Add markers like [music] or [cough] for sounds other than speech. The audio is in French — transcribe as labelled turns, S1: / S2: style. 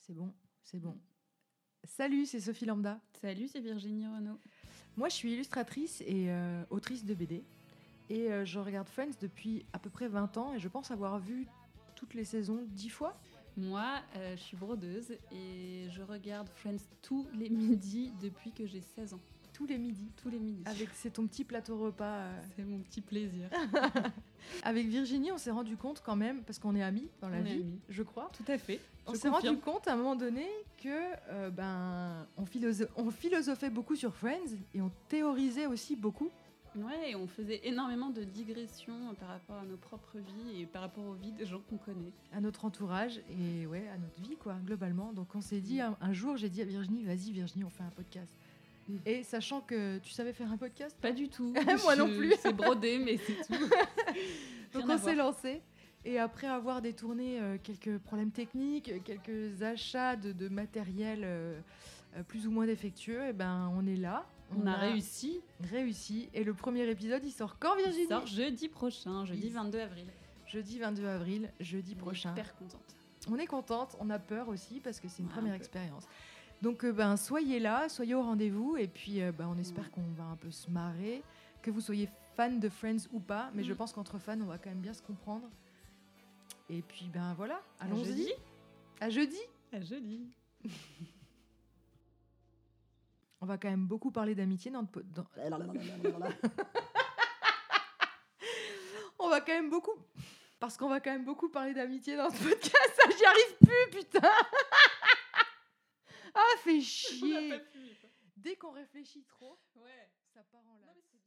S1: c'est bon, c'est bon. Salut, c'est Sophie Lambda.
S2: Salut, c'est Virginie Renaud.
S1: Moi, je suis illustratrice et euh, autrice de BD. Et euh, je regarde Friends depuis à peu près 20 ans et je pense avoir vu toutes les saisons 10 fois.
S2: Moi, euh, je suis brodeuse et je regarde Friends tous les midis depuis que j'ai 16 ans.
S1: Tous les midis.
S2: Tous les midis. Ah,
S1: Avec, Ah, c'est ton petit plateau repas. euh.
S2: C'est mon petit plaisir.
S1: Avec Virginie, on s'est rendu compte quand même, parce qu'on est amis dans la
S2: On est
S1: vie,
S2: amis.
S1: je crois.
S2: Tout à fait.
S1: On
S2: Je
S1: s'est rendu
S2: confirme.
S1: compte à un moment donné que euh, ben on, philosophe- on philosophait beaucoup sur Friends et on théorisait aussi beaucoup.
S2: Ouais, et on faisait énormément de digressions par rapport à nos propres vies et par rapport aux vies des gens qu'on connaît.
S1: à notre entourage et ouais à notre vie quoi globalement donc on s'est dit un, un jour j'ai dit à Virginie vas-y Virginie on fait un podcast
S2: Mm.
S1: et sachant que tu savais faire un podcast
S2: Pas du tout.
S1: [laughs] Moi non
S2: Je-
S1: plus.
S2: C'est brodé, mais c'est tout.
S1: [laughs] donc
S2: Rien à
S1: on s'est
S2: voir.
S1: lancé et après avoir détourné euh, quelques problèmes techniques euh, quelques achats de, de matériel euh, euh, plus ou moins défectueux et ben on est là
S2: On a réussi.
S1: réussi et le premier épisode il sort quand Virginie
S2: Il sort jeudi prochain, jeudi
S1: Il-
S2: 22 avril.
S1: jeudi 22 avril jeudi prochain
S2: Super contente.
S1: On est contente, on a peur aussi parce que c'est une
S2: Ouais,
S1: première
S2: Ah, un peu.
S1: expérience. Donc euh, ben soyez là, soyez au rendez-vous et puis euh, ben, on espère
S2: Mm.
S1: qu'on va un peu se marrer, que vous soyez fan de Friends ou pas, mais je
S2: Mm.
S1: pense qu'entre fans on va quand même bien se comprendre. Et puis ben voilà,
S2: À
S1: allons-y.
S2: jeudi.
S1: À jeudi.
S2: À jeudi.
S1: On va quand même beaucoup parler d'amitié dans le po- dans- oh, On va quand même beaucoup parce qu'on va quand même beaucoup parler d'amitié dans ce podcast. Ça, J'y arrive plus, putain. [laughs] ah, fait chier. Dès qu'on réfléchit trop,
S2: Ouais.
S1: ça part en live.